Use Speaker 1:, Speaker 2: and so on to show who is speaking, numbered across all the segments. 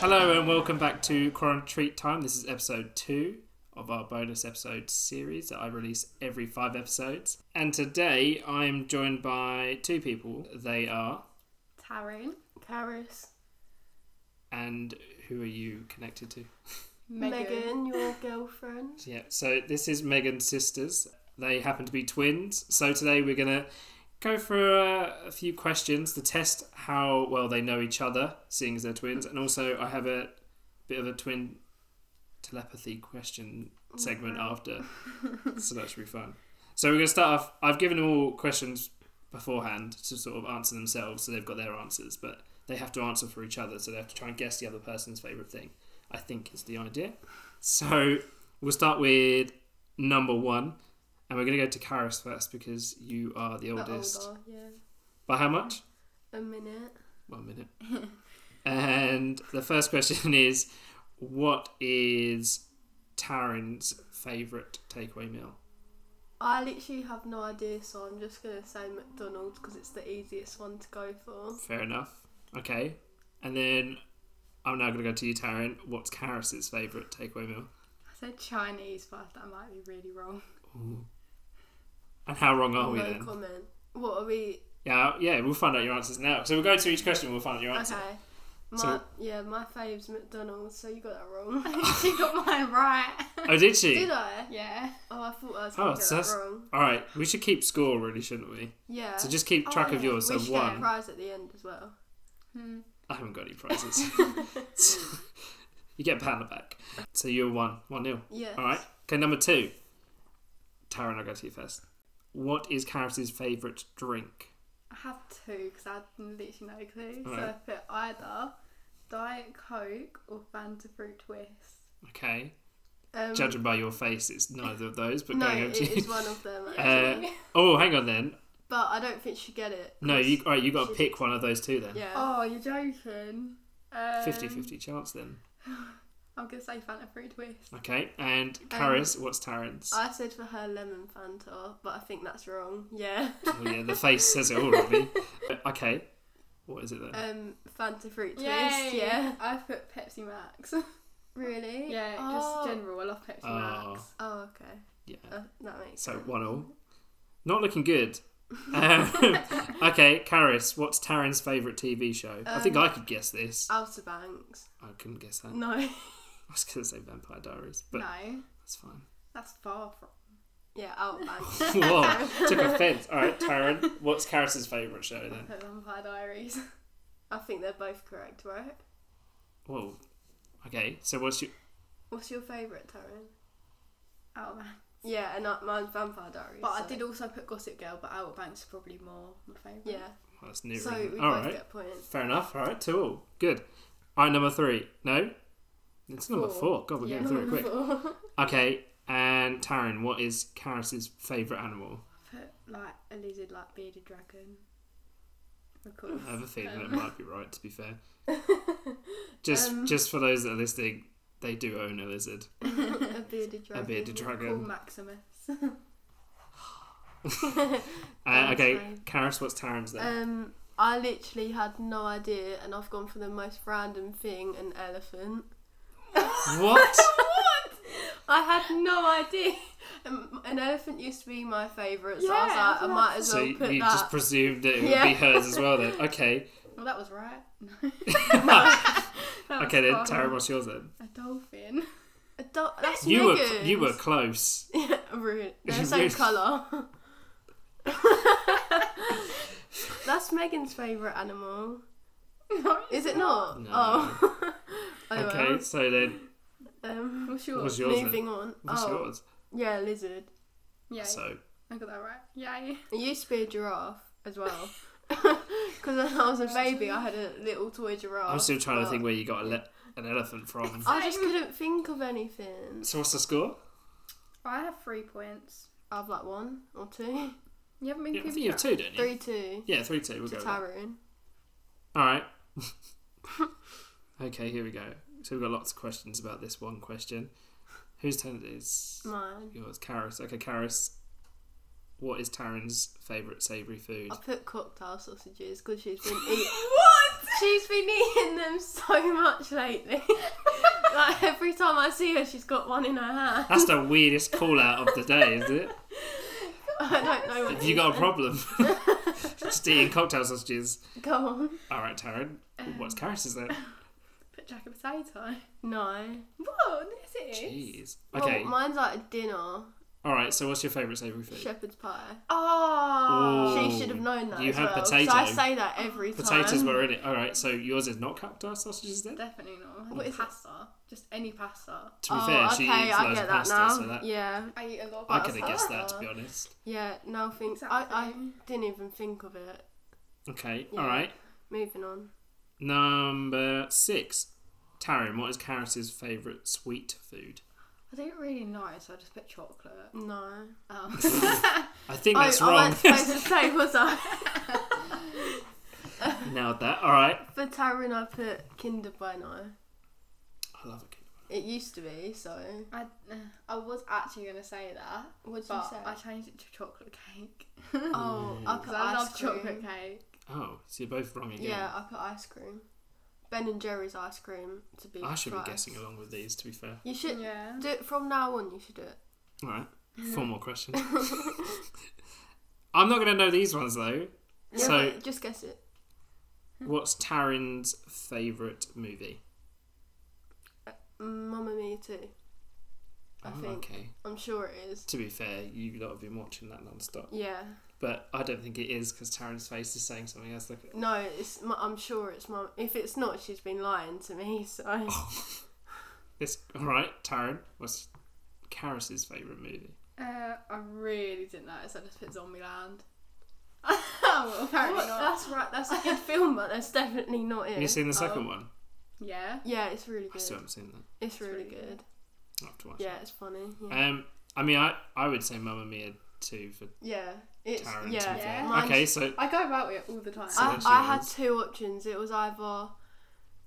Speaker 1: Hello and welcome back to Quorum Treat Time. This is episode two of our bonus episode series that I release every five episodes. And today I am joined by two people. They are,
Speaker 2: Taryn, Karis,
Speaker 1: and who are you connected to?
Speaker 2: Megan.
Speaker 3: Megan, your girlfriend.
Speaker 1: Yeah, so this is Megan's sisters. They happen to be twins. So today we're going to go for a, a few questions to test how well they know each other, seeing as they're twins. And also, I have a bit of a twin telepathy question segment after. so that should be fun. So we're going to start off. I've given them all questions beforehand to sort of answer themselves, so they've got their answers, but they have to answer for each other, so they have to try and guess the other person's favourite thing. I think is the idea. So We'll start with number one, and we're going to go to Karis first because you are the
Speaker 3: But
Speaker 1: oldest.
Speaker 3: older, yeah.
Speaker 1: By how much?
Speaker 3: A minute.
Speaker 1: One minute. and the first question is what is Taryn's favourite takeaway meal?
Speaker 3: I literally have no idea, so I'm just gonna say McDonald's because it's the easiest one to go for.
Speaker 1: Fair enough. Okay. And then I'm now going to go to you, Taryn. What's Karis's favourite takeaway meal?
Speaker 2: I said Chinese first, that might be really wrong.
Speaker 1: And how wrong are we
Speaker 3: no
Speaker 1: then?
Speaker 3: comment. What are we?
Speaker 1: Yeah, yeah, we'll find out your answers now. So we'll go to each question and we'll find out your answer.
Speaker 3: Okay. My,
Speaker 1: So-
Speaker 3: yeah, my fave's McDonald's, so you got that wrong.
Speaker 2: she got mine right.
Speaker 1: Oh, did she?
Speaker 3: Did I?
Speaker 2: yeah.
Speaker 3: Oh, I thought I was
Speaker 1: Oh,
Speaker 3: gonna get
Speaker 1: so
Speaker 3: that
Speaker 1: that's
Speaker 3: wrong.
Speaker 1: all right. We should keep score, really, shouldn't we?
Speaker 3: Uh, Yeah.
Speaker 1: So just keep
Speaker 2: Oh,
Speaker 1: track of
Speaker 2: yeah.
Speaker 1: yours. So
Speaker 3: we should get a
Speaker 1: one.
Speaker 3: prize at the end as well.
Speaker 2: Hmm.
Speaker 1: I haven't got any prizes. you get a pound back. So you're one, one nil.
Speaker 3: Yes.
Speaker 1: All right. Okay, number two. Taryn, I'll go to you first. What is Karis's favourite drink?
Speaker 2: I have two because I had literally no clue. So I
Speaker 1: Alright.
Speaker 2: put either Diet Coke or Fanta Fruit Twist.
Speaker 1: Okay.
Speaker 3: Um,
Speaker 1: Judging by your face, it's neither of those. But
Speaker 3: no,
Speaker 1: going over
Speaker 3: it
Speaker 1: to you.
Speaker 3: is one of them.
Speaker 1: Uh,
Speaker 3: Actually.
Speaker 1: oh, hang on then.
Speaker 3: but I don't think she get it.
Speaker 1: No, you. All right, you got to
Speaker 3: Should-
Speaker 1: pick one of those two then.
Speaker 3: Yeah.
Speaker 2: Oh, you're joking. Um,
Speaker 1: 50-50 chance then.
Speaker 2: I'm going to say Fanta Fruit Twist.
Speaker 1: Okay. And
Speaker 3: um,
Speaker 1: Karis, what's Taryn's?
Speaker 3: I said for her lemon Fanta, but I think that's wrong. Yeah.
Speaker 1: Oh yeah, the face says it all, really. okay. What is it then?
Speaker 3: Um, Fanta fruit twist.
Speaker 2: Yay.
Speaker 3: Yeah.
Speaker 2: I put Pepsi Max.
Speaker 3: Really?
Speaker 2: yeah,
Speaker 3: oh.
Speaker 2: just general. I love Pepsi
Speaker 1: Oh.
Speaker 2: Max.
Speaker 3: Oh, okay.
Speaker 1: yeah.
Speaker 3: Uh, that makes
Speaker 1: So
Speaker 3: sense.
Speaker 1: one all. Not looking good. Um, okay, Karis, what's Taryn's favourite TV show? I think I could guess this.
Speaker 3: Outer Banks.
Speaker 1: I couldn't guess that.
Speaker 3: No.
Speaker 1: I was going to say Vampire Diaries, but
Speaker 2: no,
Speaker 1: that's fine.
Speaker 2: that's far from.
Speaker 3: yeah, Outer Banks.
Speaker 1: Whoa, took offence. All right, Taryn, what's Karis's favourite show
Speaker 2: I
Speaker 1: then?
Speaker 2: put Vampire Diaries.
Speaker 3: I think they're both correct, right?
Speaker 1: Whoa. Okay, so what's your...
Speaker 3: What's your favourite, Taryn?
Speaker 2: Outer Banks.
Speaker 3: Yeah, and uh, mine's Vampire Diaries.
Speaker 2: But I
Speaker 3: so-
Speaker 2: did also put Gossip Girl, but Outer Banks is probably more my favourite.
Speaker 3: Yeah.
Speaker 1: Well, that's new.
Speaker 3: So we
Speaker 1: really.
Speaker 3: both
Speaker 1: all right,
Speaker 3: get points.
Speaker 1: fair enough. All right, two all. Good. All right, number three. No? It's number
Speaker 2: Four.
Speaker 1: four. God, we're
Speaker 2: Yeah,
Speaker 1: getting through it
Speaker 2: number
Speaker 1: quick. Okay, and Taryn, what is Karis's favourite animal?
Speaker 2: Put like a lizard like bearded dragon. Of course.
Speaker 1: I have a feeling
Speaker 2: Um,
Speaker 1: it might be right. To be fair, just
Speaker 3: Um,
Speaker 1: just for those that are listening, they do own a lizard,
Speaker 3: a bearded
Speaker 1: a
Speaker 3: dragon.
Speaker 1: bearded
Speaker 2: Call
Speaker 1: dragon.
Speaker 2: Maximus.
Speaker 1: Uh,
Speaker 2: that's
Speaker 1: okay,
Speaker 2: fine.
Speaker 1: Karis, what's Taryn's then?
Speaker 3: Um, I literally had no idea, and I've gone for the most random thing an elephant. Uh,
Speaker 1: what?
Speaker 3: what? I had no idea. Um, an elephant used to be my favourite, so
Speaker 2: Yeah,
Speaker 3: I was like, I
Speaker 2: that's-
Speaker 3: might as
Speaker 1: So
Speaker 3: well
Speaker 1: you,
Speaker 3: put
Speaker 1: you
Speaker 3: that.
Speaker 1: just presumed that it would be
Speaker 3: Yeah.
Speaker 1: hers as well then. Okay,
Speaker 2: Well, that was right. No. That was
Speaker 1: okay then.
Speaker 2: far
Speaker 1: Taryn,
Speaker 2: wrong.
Speaker 1: what's yours then?
Speaker 2: A dolphin.
Speaker 3: A do- that's
Speaker 1: You were
Speaker 3: Megan's.
Speaker 1: you were close.
Speaker 3: yeah, rude. They're the
Speaker 1: Really?
Speaker 3: same colour. that's Megan's favourite animal.
Speaker 2: No,
Speaker 3: Is it not?
Speaker 1: No.
Speaker 3: Oh. oh
Speaker 1: Okay, so then
Speaker 3: Well. Um,
Speaker 2: For sure.
Speaker 1: what was yours then?
Speaker 3: moving on.
Speaker 1: What's
Speaker 3: oh,
Speaker 1: yours?
Speaker 3: yeah, lizard.
Speaker 2: Yay.
Speaker 1: So
Speaker 2: I got that right. Yay.
Speaker 3: It used to be a giraffe as well. Because when I was a baby, I had a little toy giraffe.
Speaker 1: I'm still trying to
Speaker 3: but
Speaker 1: think where you got a le- an elephant from.
Speaker 3: I just couldn't think of anything.
Speaker 1: So what's the score?
Speaker 2: I have three points.
Speaker 3: I've like one or two,
Speaker 2: You haven't been
Speaker 1: Yeah, I
Speaker 2: keeping
Speaker 1: think you have
Speaker 2: track.
Speaker 1: two, don't you?
Speaker 3: three, two
Speaker 1: Yeah, three two. We'll go.
Speaker 3: to
Speaker 1: with that.
Speaker 3: Tyrone.
Speaker 1: All right. okay, here we go. So we've got lots of questions about this one question. Whose turn it is?
Speaker 3: Mine.
Speaker 1: Yours, Karis. Okay, Karis. What
Speaker 3: Oh.
Speaker 1: is Taryn's favourite savoury food?
Speaker 3: I put cocktail sausages because she's been eating.
Speaker 2: What?
Speaker 3: She's been eating them so much lately. like every time I see her, she's got one in her hand.
Speaker 1: That's the weirdest call out of the day, is it?
Speaker 3: I don't know what.
Speaker 1: Have you got a problem? Just eating cocktail sausages.
Speaker 3: Go on.
Speaker 1: All right, Taryn. What's carrots is there?
Speaker 2: Put jack and potato.
Speaker 3: No.
Speaker 2: What? Yes, it is.
Speaker 1: Jeez. Okay.
Speaker 3: Well, mine's like a dinner.
Speaker 1: All right. So, what's your favourite savoury food?
Speaker 3: Shepherd's pie.
Speaker 2: Oh.
Speaker 1: Ooh.
Speaker 3: She should have known that.
Speaker 1: You
Speaker 3: as
Speaker 1: had
Speaker 3: well, 'cause
Speaker 1: potato.
Speaker 3: I say that every time.
Speaker 1: Potatoes were in it. All right. So yours is not cocktail sausages then.
Speaker 2: Definitely not.
Speaker 3: What is it?
Speaker 2: pasta. Just any pasta.
Speaker 1: To be
Speaker 3: Oh,
Speaker 1: fair, she eats loads of pasta, so that
Speaker 3: Yeah,
Speaker 2: I eat a lot of
Speaker 1: I
Speaker 3: Well,
Speaker 1: could
Speaker 2: pasta.
Speaker 1: have
Speaker 3: that's
Speaker 1: guessed that. To
Speaker 3: fair.
Speaker 1: be honest.
Speaker 3: yeah. No things. I, I
Speaker 2: Exactly.
Speaker 3: didn't even think of it.
Speaker 1: Okay.
Speaker 3: Yeah.
Speaker 1: All right.
Speaker 3: Moving on.
Speaker 1: Number six. Taryn, what is Karis's favourite sweet food?
Speaker 2: I don't really know, so I just put chocolate.
Speaker 3: No.
Speaker 2: Um,
Speaker 1: I think
Speaker 3: Oh,
Speaker 1: that's
Speaker 3: I
Speaker 1: wrong.
Speaker 3: weren't supposed to say, was I?
Speaker 1: Nailed that. All right.
Speaker 3: For Taryn, I put Kinder Bueno.
Speaker 1: I love it.
Speaker 3: It used to be, so.
Speaker 2: I, uh, I was actually going to say that,
Speaker 3: What did you
Speaker 2: but
Speaker 3: say?
Speaker 2: I changed it to chocolate cake.
Speaker 3: oh, I put
Speaker 2: Because I
Speaker 3: ice
Speaker 2: love
Speaker 3: cream.
Speaker 2: chocolate cake.
Speaker 1: Oh, so you're both wrong
Speaker 3: Yeah.
Speaker 1: again.
Speaker 3: I put ice cream. Ben and Jerry's ice cream to be.
Speaker 1: I should be
Speaker 3: precise.
Speaker 1: guessing along with these. To be fair.
Speaker 3: You should
Speaker 2: Yeah.
Speaker 3: do it from now on. You should do it.
Speaker 1: All right. Four more questions. I'm not going to know these ones though.
Speaker 3: Yeah,
Speaker 1: So-
Speaker 3: but just guess it.
Speaker 1: What's Taryn's favourite movie?
Speaker 3: Mamma Mia too. I
Speaker 1: Oh,
Speaker 3: think.
Speaker 1: Okay.
Speaker 3: I'm sure it is.
Speaker 1: To be fair, you lot have been watching that non-stop,
Speaker 3: Yeah.
Speaker 1: but I don't think it is because Taryn's face is saying something else. Look at
Speaker 3: No, it's. mu- I'm sure it's Mum. If it's not, she's been lying to me. So
Speaker 1: Oh. this. All right, Taryn. What's Karis's favourite movie?
Speaker 2: Uh, I really didn't notice. I just put Zombieland. well, apparently
Speaker 3: What?
Speaker 2: not.
Speaker 3: that's right. That's a good film, but that's definitely not
Speaker 1: Have you
Speaker 3: it.
Speaker 1: seen the second
Speaker 2: Oh.
Speaker 1: one?
Speaker 2: Yeah.
Speaker 3: Yeah, it's really
Speaker 1: I
Speaker 3: good.
Speaker 1: still haven't seen that.
Speaker 3: It's really
Speaker 2: really
Speaker 3: good.
Speaker 2: good.
Speaker 1: I have to watch.
Speaker 3: Yeah, it's funny.
Speaker 1: it.
Speaker 3: Yeah.
Speaker 1: Um. I mean, I I would say Mamma Mia too for
Speaker 3: yeah. It's
Speaker 1: Taryn. To
Speaker 3: yeah.
Speaker 1: be fair.
Speaker 3: Mine's-
Speaker 1: Okay, so
Speaker 2: I go about it all the time. Ah.
Speaker 1: So-
Speaker 3: I,
Speaker 1: that's
Speaker 3: I had
Speaker 1: yours.
Speaker 3: two options. It was either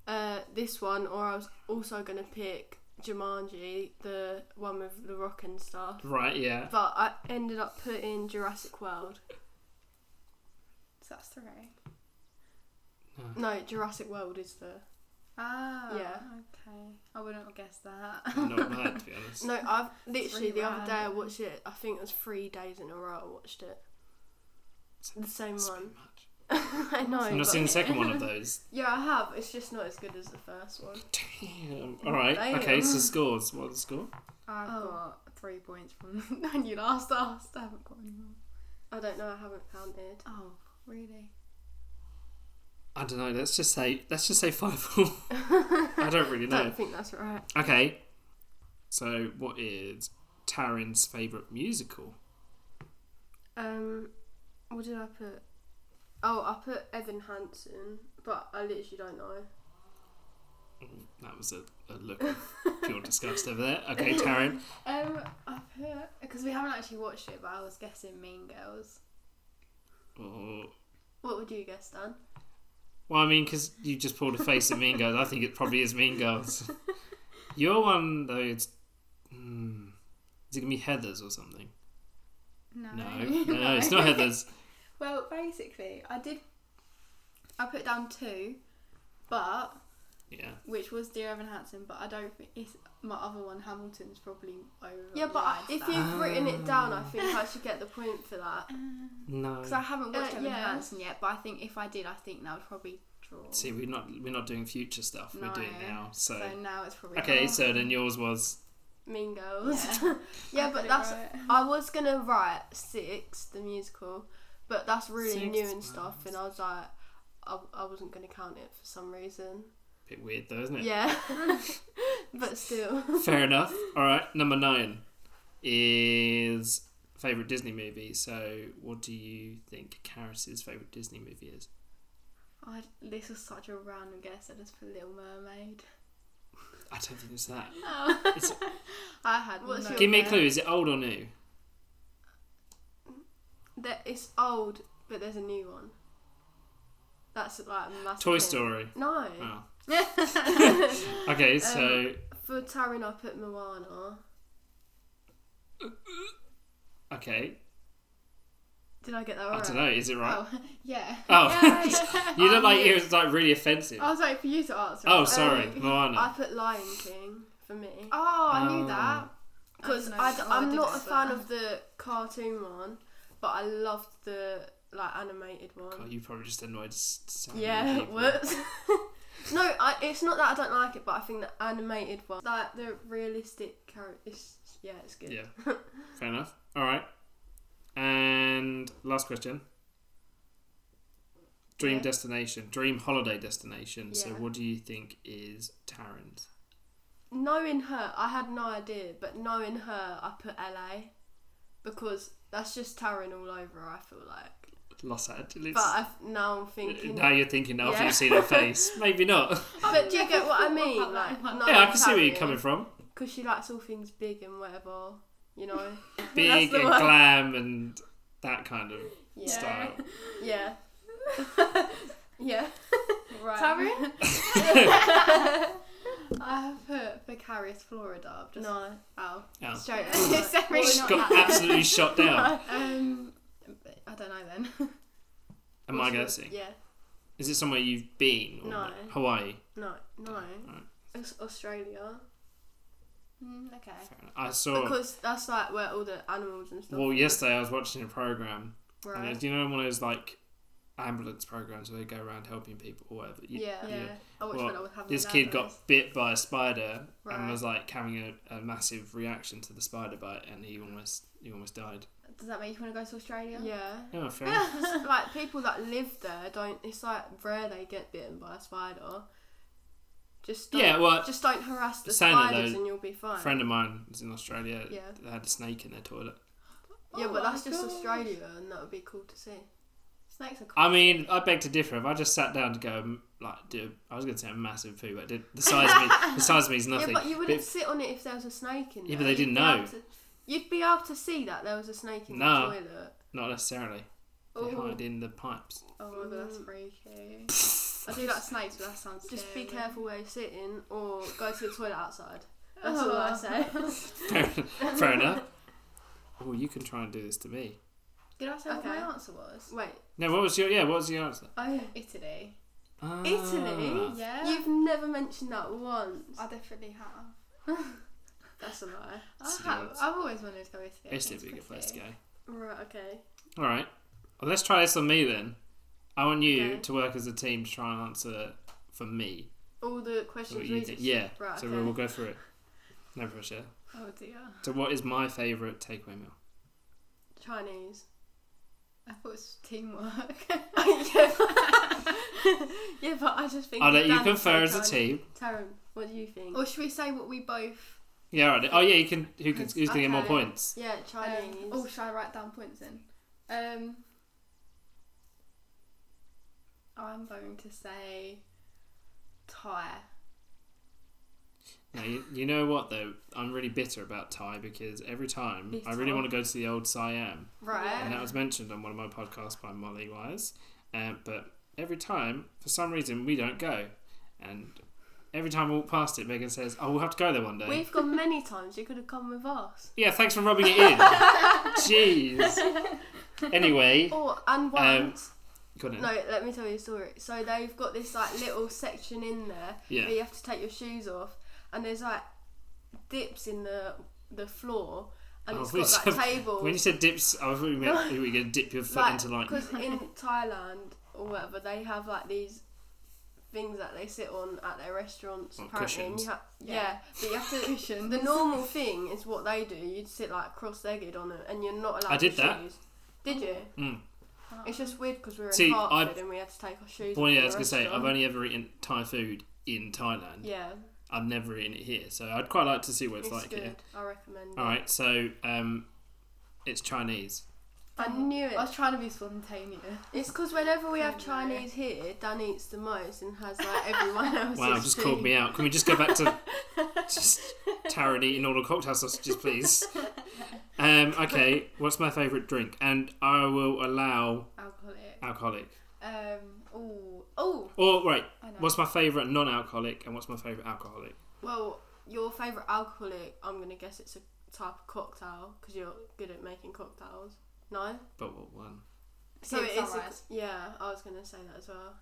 Speaker 3: uh, this one, or I was also going to pick Jumanji, the one with the rock and stuff.
Speaker 1: right, yeah.
Speaker 3: But I ended up putting Jurassic World.
Speaker 2: so that's three.
Speaker 3: No, Jurassic World is the.
Speaker 2: Ah.
Speaker 3: Yeah.
Speaker 2: Okay. I wouldn't have guessed that.
Speaker 1: Not bad to be honest.
Speaker 3: No, I've literally
Speaker 2: really
Speaker 3: the other day I
Speaker 2: random.
Speaker 3: watched it. I think it was three days in a row I watched it. The same
Speaker 1: It's a bit
Speaker 3: one.
Speaker 1: much.
Speaker 3: I know.
Speaker 1: I've not
Speaker 3: but-
Speaker 1: seen the second one of those.
Speaker 3: Yeah, I have. It's just not as good as the first one.
Speaker 1: Damn. All right.
Speaker 3: Damn.
Speaker 1: Okay. So scores. What's the score?
Speaker 2: I've
Speaker 3: Oh.
Speaker 2: got three points from when you last asked. I haven't got any more.
Speaker 3: I don't know. I haven't counted.
Speaker 2: Oh, really?
Speaker 1: I don't know. Let's just say. Let's just say five. all. I don't really know.
Speaker 3: Don't think that's right.
Speaker 1: Okay. So what is Taryn's favorite musical?
Speaker 3: Um, what did I put? Oh, I put Evan Hansen, but I literally don't know.
Speaker 1: That was a, a look of pure disgust over there. Okay, Taryn.
Speaker 2: Um, I put because we haven't actually watched it, but I was guessing Mean Girls.
Speaker 1: Oh.
Speaker 3: What would you guess, Dan?
Speaker 1: Well, I mean, because you just pulled a face at Mean Girls. I think it probably is Mean Girls. Your one though, it's. Hmm, is it gonna be Heather's or something?
Speaker 2: No.
Speaker 1: No, no, it's not Heather's.
Speaker 2: well, basically, I did. I put down two, but
Speaker 1: Yeah.
Speaker 2: which was Dear Evan Hansen, but I don't think it's my other one. Hamilton's probably over.
Speaker 3: Yeah, but I, if
Speaker 2: you,
Speaker 3: you've written it down, I think I should get the point for that.
Speaker 1: No.
Speaker 2: because I haven't watched
Speaker 3: Uh,
Speaker 2: Evan
Speaker 3: yeah.
Speaker 2: Hansen yet, but I think if I did, I think that would probably draw.
Speaker 1: See, we're not we're not doing future stuff. We're doing
Speaker 2: No.
Speaker 1: now. So.
Speaker 2: So now it's probably
Speaker 1: Okay,
Speaker 2: wrong.
Speaker 1: so then yours was
Speaker 3: Mean Girls.
Speaker 2: Yeah.
Speaker 3: Yeah,
Speaker 2: I got
Speaker 3: but
Speaker 2: it
Speaker 3: that's.
Speaker 2: right.
Speaker 3: I was gonna write Six, the musical, but that's really
Speaker 1: Six
Speaker 3: new and stuff,
Speaker 1: Flags.
Speaker 3: and I was like, I, I wasn't gonna count it for some reason.
Speaker 1: a bit weird though, isn't it?
Speaker 3: Yeah, but still.
Speaker 1: Fair enough. All right, number nine is favorite Disney movie. So, what do you think Karis's favorite Disney movie is?
Speaker 2: I, this was such a random guess. I just put Little Mermaid.
Speaker 1: I don't think it's that. It's-
Speaker 2: I had
Speaker 3: What's
Speaker 2: no
Speaker 3: your
Speaker 1: Give me a
Speaker 3: Yeah.
Speaker 1: clue. Is it old or new?
Speaker 3: That it's old, but there's a new one. That's like a massive.
Speaker 1: Toy
Speaker 3: hint.
Speaker 1: Story.
Speaker 3: No.
Speaker 1: Oh. Okay, so
Speaker 3: For Taryn, I put Moana.
Speaker 1: okay,
Speaker 3: Did I get that
Speaker 1: I
Speaker 3: right?
Speaker 1: don't know. Is it right?
Speaker 2: Oh, yeah. Um,
Speaker 1: Oh.
Speaker 3: Yay!
Speaker 1: you look like
Speaker 3: I
Speaker 1: it was like really offensive.
Speaker 3: I was waiting for you to answer.
Speaker 1: oh,
Speaker 3: it.
Speaker 1: sorry,
Speaker 3: Um,
Speaker 1: Moana.
Speaker 3: I put Lion King for me Um,
Speaker 2: Oh, I
Speaker 1: Oh.
Speaker 2: knew that.
Speaker 3: because
Speaker 2: I
Speaker 3: I
Speaker 2: don't know. Oh, I
Speaker 3: am
Speaker 2: did
Speaker 3: not a
Speaker 2: as
Speaker 3: fan
Speaker 2: well.
Speaker 3: of the cartoon one, but I loved the like animated one.
Speaker 1: God, you probably just annoyed s- so many
Speaker 3: Yeah,
Speaker 1: people.
Speaker 3: whoops. no, I, it's not that I don't like it, but I think the animated one, like the realistic characters, yeah, it's good.
Speaker 1: Yeah. Fair enough. All right. And last question. Dream
Speaker 3: Yeah.
Speaker 1: destination, dream holiday destination. So,
Speaker 3: Yeah.
Speaker 1: what do you think is Taryn's?
Speaker 3: Knowing her, I had no idea, but knowing her, I put LA because that's just Taryn all over. I feel like,
Speaker 1: Los Angeles. Uh,
Speaker 3: but I, now I'm thinking.
Speaker 1: now you're thinking after
Speaker 3: Yeah.
Speaker 1: you've seen her face, maybe not.
Speaker 3: But do you
Speaker 2: never
Speaker 3: get what I
Speaker 2: thought
Speaker 3: mean?
Speaker 2: about that
Speaker 3: Like,
Speaker 2: one.
Speaker 3: knowing
Speaker 1: yeah, I can see where you're
Speaker 3: Taryn,
Speaker 1: coming from.
Speaker 3: 'cause she likes all things big and whatever, you know.
Speaker 1: Big
Speaker 3: the
Speaker 1: and
Speaker 3: one.
Speaker 1: glam and that kind of
Speaker 3: Yeah.
Speaker 1: style.
Speaker 3: Yeah. yeah.
Speaker 2: Right.
Speaker 3: Taryn?
Speaker 2: I have put Vicarious Florida. I've just
Speaker 3: No.
Speaker 2: oh,
Speaker 1: Yeah.
Speaker 2: straight.
Speaker 3: Sorry.
Speaker 2: away. Sorry.
Speaker 1: She
Speaker 2: Not
Speaker 1: got
Speaker 2: that.
Speaker 1: absolutely shot down.
Speaker 2: Um, I don't know then.
Speaker 1: Am I
Speaker 3: Also-
Speaker 1: guessing?
Speaker 3: Yeah.
Speaker 1: Is it somewhere you've been? Or
Speaker 3: No.
Speaker 1: Hawaii.
Speaker 3: No. No.
Speaker 1: Right.
Speaker 3: It's Australia.
Speaker 2: Mm, okay.
Speaker 1: Fair enough. I saw.
Speaker 3: Because that's like where all the animals and stuff.
Speaker 1: Oh. well,
Speaker 3: are,
Speaker 1: yesterday I was watching a program, and
Speaker 3: Right.
Speaker 1: it's, you know one of those like ambulance programs where they go around helping people or whatever. You-
Speaker 3: yeah.
Speaker 2: Yeah.
Speaker 3: I watched
Speaker 1: Well,
Speaker 3: when I was having
Speaker 1: This
Speaker 3: a
Speaker 1: kid
Speaker 3: nap.
Speaker 1: got bit by a spider and
Speaker 3: Right.
Speaker 1: was like having a, a massive reaction to the spider bite, and he almost he almost died.
Speaker 2: Does that make you want to go to Australia?
Speaker 3: Yeah.
Speaker 1: Oh, fair enough.
Speaker 3: Just, like people that live there don't. It's like rare they get bitten by a spider. Just don't,
Speaker 1: yeah, well,
Speaker 3: Just don't harass the
Speaker 1: Saying that
Speaker 3: spiders
Speaker 1: though,
Speaker 3: and you'll be
Speaker 1: a
Speaker 3: fine.
Speaker 1: friend of mine was in Australia.
Speaker 3: Yeah.
Speaker 1: They had a snake in their toilet.
Speaker 3: yeah,
Speaker 2: Oh
Speaker 3: but
Speaker 2: my
Speaker 3: that's just
Speaker 2: gosh.
Speaker 3: Australia, and that would be cool to see.
Speaker 2: Snakes are cool.
Speaker 1: I mean, I beg to differ. If I just sat down to go and, like do, I was going to say a massive poo, but I did, the size of me, the size of me is nothing.
Speaker 3: Yeah, but you wouldn't
Speaker 1: But-
Speaker 3: sit on it if there was a snake in there.
Speaker 1: Yeah, but they didn't
Speaker 3: be
Speaker 1: know.
Speaker 3: able to- you'd be able to see that there was a snake in
Speaker 1: No.
Speaker 3: the toilet.
Speaker 1: not necessarily. They
Speaker 3: Oh.
Speaker 1: hide in the pipes.
Speaker 2: Oh my god, that's freaky.
Speaker 3: I
Speaker 2: I do like snakes, but that sounds
Speaker 3: Just be
Speaker 2: scary.
Speaker 3: careful where you're sitting, or go to the toilet outside. That's all I
Speaker 2: Oh.
Speaker 3: say.
Speaker 1: Fair, fair enough. Oh, you can try and do this to me.
Speaker 2: Did I say what my
Speaker 3: Okay.
Speaker 2: answer was?
Speaker 3: Wait,
Speaker 1: No, what was your yeah? What was your answer?
Speaker 3: oh,
Speaker 2: Italy.
Speaker 1: Ah.
Speaker 3: Italy?
Speaker 2: Yeah.
Speaker 3: you've never mentioned that once.
Speaker 2: I definitely have.
Speaker 3: That's a lie.
Speaker 1: It's
Speaker 2: I have.
Speaker 1: nice.
Speaker 2: I've always wanted to go to Italy.
Speaker 1: Italy would be a good place to go.
Speaker 3: Right, okay.
Speaker 1: All right, well, let's try this on me then. I want you
Speaker 3: Okay.
Speaker 1: to work as a team to try and answer for me.
Speaker 3: All the
Speaker 1: So what
Speaker 3: questions
Speaker 1: you
Speaker 3: we
Speaker 1: did.
Speaker 3: just
Speaker 1: Yeah.
Speaker 3: Right,
Speaker 1: so
Speaker 3: okay.
Speaker 1: we will go through it. No pressure.
Speaker 2: Oh dear.
Speaker 1: So, what is my favourite takeaway meal?
Speaker 3: Chinese.
Speaker 2: I thought it was teamwork. Oh,
Speaker 3: Yeah, but I just think.
Speaker 1: I'll let you
Speaker 3: Dan would say
Speaker 1: confer as a
Speaker 3: Chinese.
Speaker 1: team.
Speaker 3: Taryn, what do you think?
Speaker 2: or should we say what we both?
Speaker 1: Yeah, all right. Oh, yeah. You can. Who can? Who's gonna get more
Speaker 2: Okay.
Speaker 1: points?
Speaker 3: yeah,
Speaker 2: um,
Speaker 3: Chinese.
Speaker 2: oh, should I write down points in? Um. I'm going to say Thai.
Speaker 1: Now, you, you know what though? I'm really bitter about Thai because every time I really
Speaker 3: Bitter.
Speaker 1: want to go to the old Siam,
Speaker 3: right.
Speaker 2: Yeah.
Speaker 1: and that was mentioned on one of my podcasts by Molly Wise. Um, but every time, for some reason, we don't go, and every time I walk past it, Megan says, "Oh, we'll have to go there one day."
Speaker 3: We've gone many times. You could have come with us.
Speaker 1: Yeah, thanks for rubbing it in. Jeez. Anyway,
Speaker 3: Oh,
Speaker 1: Um,
Speaker 3: and once.
Speaker 1: got it.
Speaker 3: no, let me tell you a story. So they've got this like little section in there
Speaker 1: Yeah.
Speaker 3: where you have to take your shoes off, and there's like dips in the the floor, and
Speaker 1: Oh,
Speaker 3: it's
Speaker 1: we
Speaker 3: got
Speaker 1: said-
Speaker 3: like tables.
Speaker 1: When you said dips, I thought you meant you were going to dip your foot into like.
Speaker 3: because in Thailand or whatever they have like these things that they sit on at their restaurants
Speaker 1: Like
Speaker 3: apparently and
Speaker 1: cushions.
Speaker 3: you ha- yeah.
Speaker 2: Yeah.
Speaker 3: but you have to
Speaker 2: Cushions.
Speaker 3: the normal thing is what they do you'd sit like cross-legged on it and you're not allowed
Speaker 1: I did
Speaker 3: your
Speaker 1: that.
Speaker 3: shoes. did you
Speaker 1: Mm.
Speaker 3: it's just weird because we were
Speaker 1: See,
Speaker 3: in
Speaker 1: I've-
Speaker 3: Hartford and we had to take our shoes
Speaker 1: Well,
Speaker 3: off
Speaker 1: yeah,
Speaker 3: in
Speaker 1: I was
Speaker 3: the
Speaker 1: going to say, I've
Speaker 3: restaurant.
Speaker 1: only ever eaten Thai food in Thailand.
Speaker 3: yeah
Speaker 1: I've never eaten it here, so I'd quite like to see what
Speaker 3: it's,
Speaker 1: it's, like
Speaker 3: good
Speaker 1: here.
Speaker 3: I recommend it
Speaker 1: All right, so um, it's Chinese.
Speaker 3: I knew it
Speaker 2: I was trying to be spontaneous.
Speaker 3: it's because whenever we have
Speaker 2: I know.
Speaker 3: Chinese here Dan eats the most and has like everyone else
Speaker 1: Wow, just called me out. Can we just go back to just Taryn eating all the cocktail sausages, please? Um, okay, what's my favourite drink? And I will allow
Speaker 2: Alcoholic.
Speaker 1: alcoholic.
Speaker 2: Um. Oh. Oh.
Speaker 1: Or wait,
Speaker 2: I know.
Speaker 1: what's my favourite non-alcoholic and what's my favourite alcoholic?
Speaker 3: Well, your favourite alcoholic, I'm going to guess it's a type of cocktail because you're good at making cocktails. No?
Speaker 1: But what one?
Speaker 3: So
Speaker 2: Pink
Speaker 3: it is. A,
Speaker 2: Sunrise.
Speaker 3: yeah, I was gonna say that as well.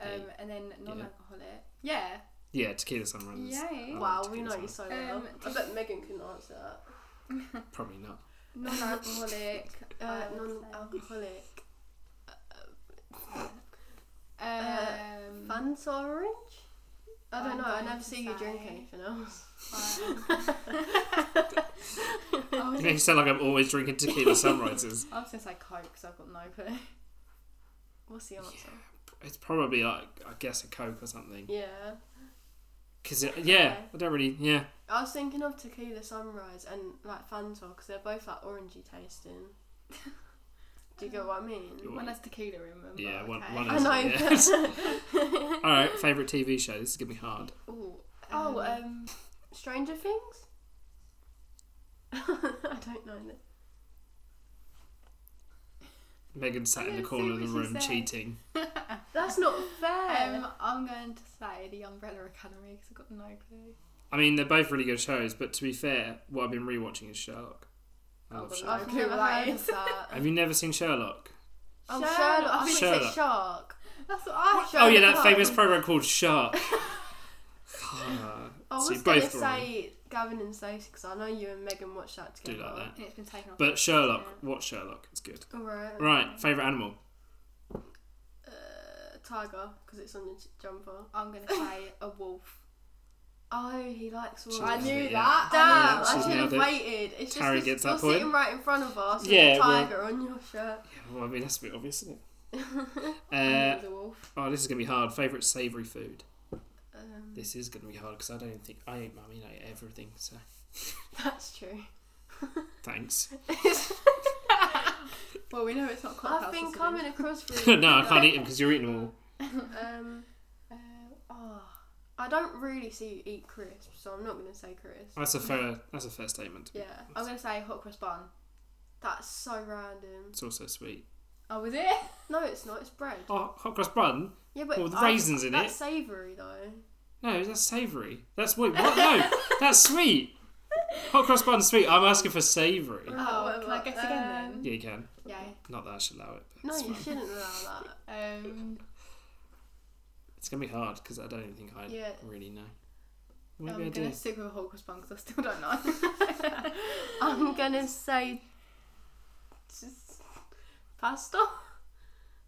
Speaker 1: Oh,
Speaker 2: Um, and then non-alcoholic. Yeah.
Speaker 1: Yeah, tequila sunrise.
Speaker 2: Yay.
Speaker 1: Oh,
Speaker 3: wow, we
Speaker 1: tequila
Speaker 3: know you
Speaker 1: sunrise.
Speaker 3: so well.
Speaker 2: Um,
Speaker 3: I bet Megan can answer that.
Speaker 1: Probably not.
Speaker 2: Non-alcoholic.
Speaker 3: Uh,
Speaker 2: I would say.
Speaker 3: non-alcoholic.
Speaker 2: Um,
Speaker 3: Fanta orange. I don't
Speaker 2: I'm
Speaker 3: know. I
Speaker 2: going
Speaker 3: never
Speaker 2: to
Speaker 3: see you drink
Speaker 2: say-
Speaker 3: anything else.
Speaker 2: I
Speaker 1: You
Speaker 2: was
Speaker 1: make it sound like I'm always drinking tequila sunrises.
Speaker 2: I was gonna say Coke because I've got no clue.
Speaker 3: What's the answer?
Speaker 1: It's probably like I guess a coke or something.
Speaker 3: Yeah.
Speaker 1: Cause it, yeah,
Speaker 3: Okay.
Speaker 1: I don't really. Yeah,
Speaker 3: I was thinking of tequila sunrise and like Fanta because they're both like orangey tasting. Do you get what I mean?
Speaker 1: You're-
Speaker 2: One has tequila in them.
Speaker 1: yeah.
Speaker 2: but
Speaker 1: One,
Speaker 2: okay.
Speaker 1: one
Speaker 3: I
Speaker 1: is.
Speaker 3: know.
Speaker 1: All right, favorite TV show. This is gonna be hard.
Speaker 3: Ooh. Oh,
Speaker 2: Um,
Speaker 3: um, Stranger Things. I don't know. that-
Speaker 1: Megan sat in the
Speaker 2: Yeah, see
Speaker 1: corner of the
Speaker 2: what she
Speaker 1: room
Speaker 2: said.
Speaker 1: cheating.
Speaker 3: That's not fair.
Speaker 2: Um, I'm going to say the Umbrella Academy because I've got no clue.
Speaker 1: I mean, they're both really good shows, but to be fair, what I've been rewatching is Sherlock. I
Speaker 2: Oh,
Speaker 1: love
Speaker 2: but
Speaker 1: Sherlock.
Speaker 2: I-
Speaker 3: I've never
Speaker 2: Right.
Speaker 3: heard of that.
Speaker 1: Have you never seen Sherlock?
Speaker 3: Oh,
Speaker 2: Sherlock.
Speaker 3: Sherlock. I
Speaker 2: I
Speaker 3: think
Speaker 1: think-
Speaker 3: it's shark.
Speaker 2: That's what I.
Speaker 1: Oh yeah, that
Speaker 3: Sherlock.
Speaker 1: famous program called Shark. Ah,
Speaker 3: I
Speaker 1: so
Speaker 3: was
Speaker 1: you're
Speaker 3: gonna
Speaker 1: both wrong.
Speaker 3: say Gavin and Stacey because I know you and Megan watched that
Speaker 1: Do
Speaker 3: together.
Speaker 1: like that.
Speaker 2: It's been taken off.
Speaker 1: But Sherlock, watch Sherlock. It's good.
Speaker 3: All right.
Speaker 1: Right, favorite animal.
Speaker 3: Uh, tiger because it's on your j- jumper.
Speaker 2: I'm gonna say a wolf.
Speaker 3: Oh, he likes wolves.
Speaker 1: She
Speaker 2: I
Speaker 1: loves
Speaker 2: knew
Speaker 1: it,
Speaker 2: that.
Speaker 3: Damn,
Speaker 1: Yeah,
Speaker 3: I
Speaker 1: she's
Speaker 3: should have
Speaker 1: nailed it.
Speaker 3: waited. It's
Speaker 1: Taryn
Speaker 3: just
Speaker 1: gets
Speaker 3: you're
Speaker 1: that point.
Speaker 3: sitting right in front of us with
Speaker 1: Yeah,
Speaker 3: a
Speaker 1: well-
Speaker 3: tiger on your shirt.
Speaker 1: Yeah, well, I mean that's a bit obvious, isn't it?
Speaker 2: I knew it
Speaker 1: Uh,
Speaker 2: was a wolf.
Speaker 1: oh, this is gonna be hard. Favorite savory food.
Speaker 3: Um,
Speaker 1: This is gonna be hard because I don't think I eat. I mean, I eat everything. So
Speaker 3: that's true.
Speaker 1: thanks.
Speaker 2: Well, we know it's not quite.
Speaker 3: I think I'm in a
Speaker 1: no,
Speaker 3: crossroads.
Speaker 1: I can't eat them because you're eating them all.
Speaker 3: Um,
Speaker 2: Uh,
Speaker 3: oh, I don't really see you eat crisps, so I'm not gonna say crisps.
Speaker 1: That's a fair. That's a fair statement.
Speaker 3: Yeah,
Speaker 2: I'm gonna say hot cross bun.
Speaker 3: that's so random.
Speaker 1: It's also sweet.
Speaker 2: Oh, was it?
Speaker 3: No, it's not. It's bread.
Speaker 1: Oh, hot cross bun.
Speaker 3: Yeah, but
Speaker 1: Well, with
Speaker 3: I-
Speaker 1: raisins in
Speaker 3: that's
Speaker 1: it.
Speaker 3: savoury though.
Speaker 1: No, that's savoury. That's wait, what? No, that's sweet. Hot cross bun's sweet. I'm asking for savoury.
Speaker 2: Oh,
Speaker 3: whatever.
Speaker 2: can I guess again
Speaker 3: Um,
Speaker 2: then?
Speaker 1: Yeah, you can.
Speaker 2: Yay.
Speaker 1: Not that I should allow it. But
Speaker 3: No,
Speaker 1: it's,
Speaker 3: you
Speaker 1: fine.
Speaker 3: shouldn't allow that.
Speaker 2: Um,
Speaker 1: it's gonna be hard because I don't even think I
Speaker 3: Yeah.
Speaker 1: really know. Maybe i
Speaker 2: I'm
Speaker 1: do.
Speaker 2: gonna stick with a hot cross bun because I still don't know.
Speaker 3: I'm gonna say just pasta.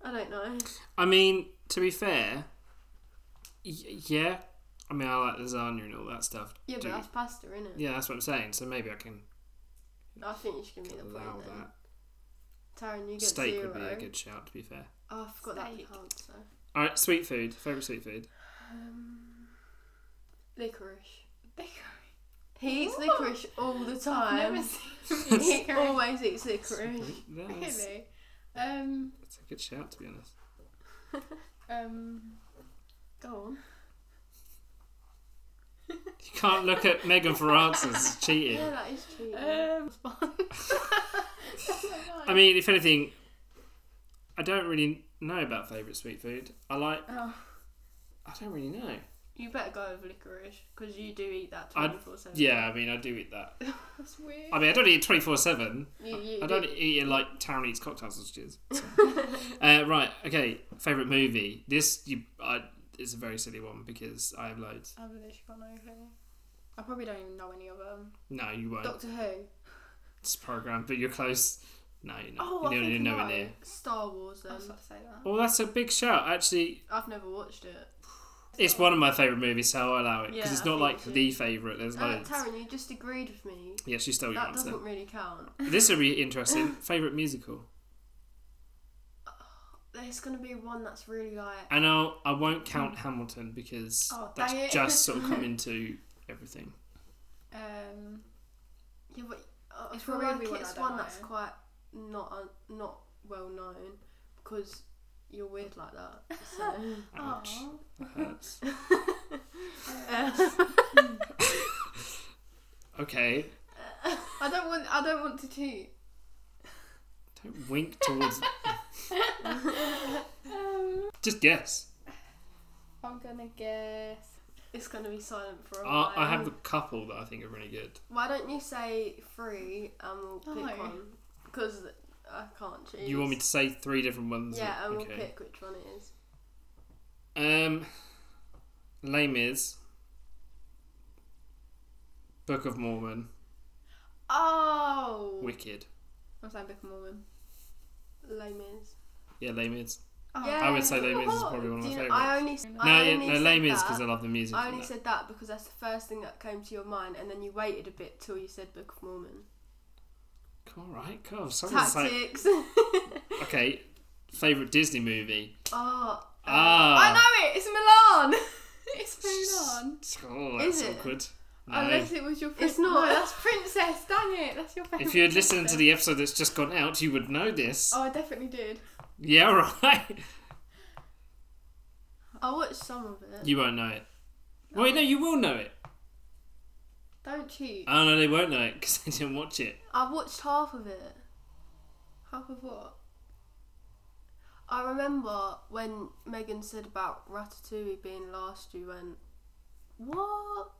Speaker 3: I don't know.
Speaker 1: I mean, to be fair, y- yeah. I mean, I like lasagna and all that stuff.
Speaker 3: Yeah, but
Speaker 1: Do-
Speaker 3: that's pasta, isn't it?
Speaker 1: Yeah, that's what I'm saying. So maybe I can
Speaker 3: I think you should give me the
Speaker 1: allow
Speaker 3: point then.
Speaker 1: that.
Speaker 3: Taryn, you get
Speaker 1: Steak
Speaker 3: zero.
Speaker 1: would be a good shout. To be fair.
Speaker 3: Oh, I forgot that you
Speaker 2: Steak.
Speaker 3: can't. So.
Speaker 1: All right, sweet food. Favorite sweet food.
Speaker 3: Um, licorice.
Speaker 2: I've
Speaker 3: He eats
Speaker 2: What?
Speaker 3: licorice all the time.
Speaker 2: never seen
Speaker 3: He
Speaker 2: licorice.
Speaker 3: always eats licorice.
Speaker 1: That's,
Speaker 2: Really? Um,
Speaker 1: that's a good shout, to be honest.
Speaker 2: um,
Speaker 3: Go on.
Speaker 1: You can't look at Megan for answers. It's cheating.
Speaker 3: Yeah, that is cheating.
Speaker 2: um,
Speaker 1: I mean, if anything, I don't really know about favourite sweet food. I like.
Speaker 2: Oh.
Speaker 1: I don't really know.
Speaker 3: you better go with licorice because you do eat that
Speaker 1: I-
Speaker 3: twenty four seven.
Speaker 1: Yeah, I mean, I do eat that.
Speaker 2: that's weird.
Speaker 1: I mean, I don't eat twenty four seven.
Speaker 3: You, you,
Speaker 1: I don't eat it like Taryn eats cocktail sausages. so. uh, right. Okay. Favourite movie. This you. I. It's a very silly one because I have loads.
Speaker 2: I've literally got no clue. I probably don't even know any of them.
Speaker 1: No, you won't.
Speaker 3: Doctor Who.
Speaker 1: It's programmed, but you're close. No, you're not.
Speaker 3: Oh, I
Speaker 1: you're
Speaker 3: think
Speaker 1: nowhere
Speaker 3: I know.
Speaker 1: near.
Speaker 3: Star Wars.
Speaker 2: I
Speaker 3: Then
Speaker 2: was about to say that.
Speaker 1: Well, that's a big shout. Actually,
Speaker 3: I've never watched it.
Speaker 1: It's one of my favourite movies, so I allow it because
Speaker 3: Yeah,
Speaker 1: it's not
Speaker 3: I think
Speaker 1: like
Speaker 3: so.
Speaker 1: the favourite. There's
Speaker 3: Uh,
Speaker 1: loads.
Speaker 3: Taryn, you just agreed with me.
Speaker 1: yeah, she stole your
Speaker 3: That
Speaker 1: answer.
Speaker 3: doesn't really count.
Speaker 1: This will be interesting. favourite musical.
Speaker 3: There's gonna be one that's really like.
Speaker 1: And I'll I won't
Speaker 3: Mm.
Speaker 1: count Hamilton because
Speaker 2: Oh, dang
Speaker 1: that's
Speaker 2: it.
Speaker 1: just sort of come into everything.
Speaker 2: Um,
Speaker 3: Yeah, but uh, I
Speaker 2: It's
Speaker 3: feel
Speaker 2: probably
Speaker 3: like
Speaker 2: one I
Speaker 3: it's
Speaker 2: don't
Speaker 3: one that's
Speaker 2: know.
Speaker 3: quite not un- not well known because you're weird like that. So.
Speaker 1: Ouch,
Speaker 2: aw.
Speaker 1: that hurts. okay,
Speaker 2: I don't want. I don't want to cheat.
Speaker 1: don't wink towards. just guess.
Speaker 2: I'm gonna guess.
Speaker 3: it's gonna be silent for a
Speaker 1: I,
Speaker 3: while.
Speaker 1: Uh, I have a couple that I think are really good.
Speaker 3: Why don't you say three and we'll pick
Speaker 2: No.
Speaker 3: one? Because I can't choose.
Speaker 1: You want me to say three different ones?
Speaker 3: Yeah, and we'll
Speaker 1: okay.
Speaker 3: pick which one it is.
Speaker 1: Um, Les Mis, Book of Mormon,
Speaker 2: Oh.
Speaker 1: Wicked.
Speaker 2: I'm saying Book of Mormon.
Speaker 3: Les Mis.
Speaker 1: Yeah, Les Mis.
Speaker 2: Oh.
Speaker 3: Yeah.
Speaker 1: I would say Les
Speaker 3: Oh,
Speaker 1: Mis is probably one of
Speaker 3: do
Speaker 1: my
Speaker 3: you know-
Speaker 1: favourites.
Speaker 3: I only,
Speaker 2: No,
Speaker 1: No,
Speaker 3: I
Speaker 1: yeah,
Speaker 3: only
Speaker 1: no,
Speaker 3: said
Speaker 1: Les Mis
Speaker 3: that-
Speaker 1: because I love the music.
Speaker 3: I
Speaker 1: in
Speaker 3: only
Speaker 1: that.
Speaker 3: said that because that's the first thing that came to your mind, and then you waited a bit till you said Book of Mormon.
Speaker 1: All right, cool. Someone's like,
Speaker 3: Tactics.
Speaker 1: okay, favorite Disney movie.
Speaker 3: oh.
Speaker 1: Ah,
Speaker 2: I know it. It's Milan. it's Milan.
Speaker 1: Oh,
Speaker 3: Is
Speaker 1: that's
Speaker 3: it?
Speaker 1: awkward. No.
Speaker 2: Unless it was your. Prin-
Speaker 3: It's not.
Speaker 2: No, that's Princess. Dang it. That's your favorite.
Speaker 1: if you had listened to the episode that's just gone out, you would know this.
Speaker 2: Oh, I definitely did.
Speaker 1: Yeah, right.
Speaker 3: I watched some of it.
Speaker 1: You won't know it. Wait, no, you will know it.
Speaker 2: Don't cheat.
Speaker 1: Oh no, they won't know it because they didn't watch it.
Speaker 3: I watched half of it.
Speaker 2: Half of what?
Speaker 3: I remember when Megan said about Ratatouille being last, you went, what?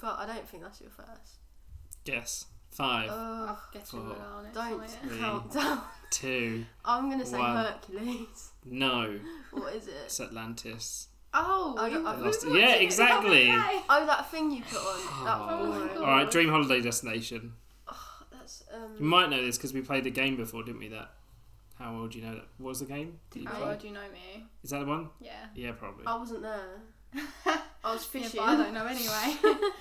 Speaker 3: But I don't think that's your first.
Speaker 1: Guess five,
Speaker 2: Uh.
Speaker 3: Ugh,
Speaker 2: I'm guessing
Speaker 1: Oh.
Speaker 2: Milan. It's
Speaker 3: don't
Speaker 2: not it.
Speaker 1: Three.
Speaker 3: count down.
Speaker 1: two,
Speaker 3: I'm going to say
Speaker 1: One.
Speaker 3: Hercules.
Speaker 1: no.
Speaker 3: What is it?
Speaker 1: It's Atlantis.
Speaker 2: Oh,
Speaker 3: I
Speaker 2: you-
Speaker 3: don't- I
Speaker 2: we
Speaker 1: lost it.
Speaker 2: watched
Speaker 1: Yeah,
Speaker 2: the
Speaker 1: exactly.
Speaker 2: other day.
Speaker 3: Oh, that thing you put on. That
Speaker 1: Oh.
Speaker 2: Oh my
Speaker 3: boring.
Speaker 2: God.
Speaker 1: All right, dream holiday destination.
Speaker 3: That's
Speaker 1: You
Speaker 3: um.
Speaker 1: might know this because we played a game before, didn't we? That. How old do you know that? What was the game? that you
Speaker 2: How
Speaker 1: played?
Speaker 2: well do you know me?
Speaker 1: Is that the one?
Speaker 2: Yeah.
Speaker 1: Yeah, probably.
Speaker 3: I wasn't there. I was fishing.
Speaker 2: Yeah, but I don't know anyway.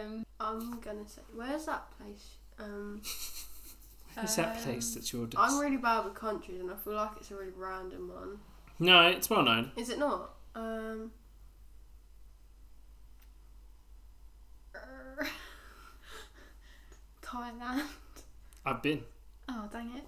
Speaker 2: um,
Speaker 3: I'm gonna say, where's that place? Um,
Speaker 1: Is that
Speaker 2: um,
Speaker 1: place that's your desk?
Speaker 3: I'm really bad with countries, and I feel like it's a really random one.
Speaker 1: No, it's well known.
Speaker 3: Is it not? Um,
Speaker 2: err, Thailand.
Speaker 1: I've been.
Speaker 2: Oh dang it!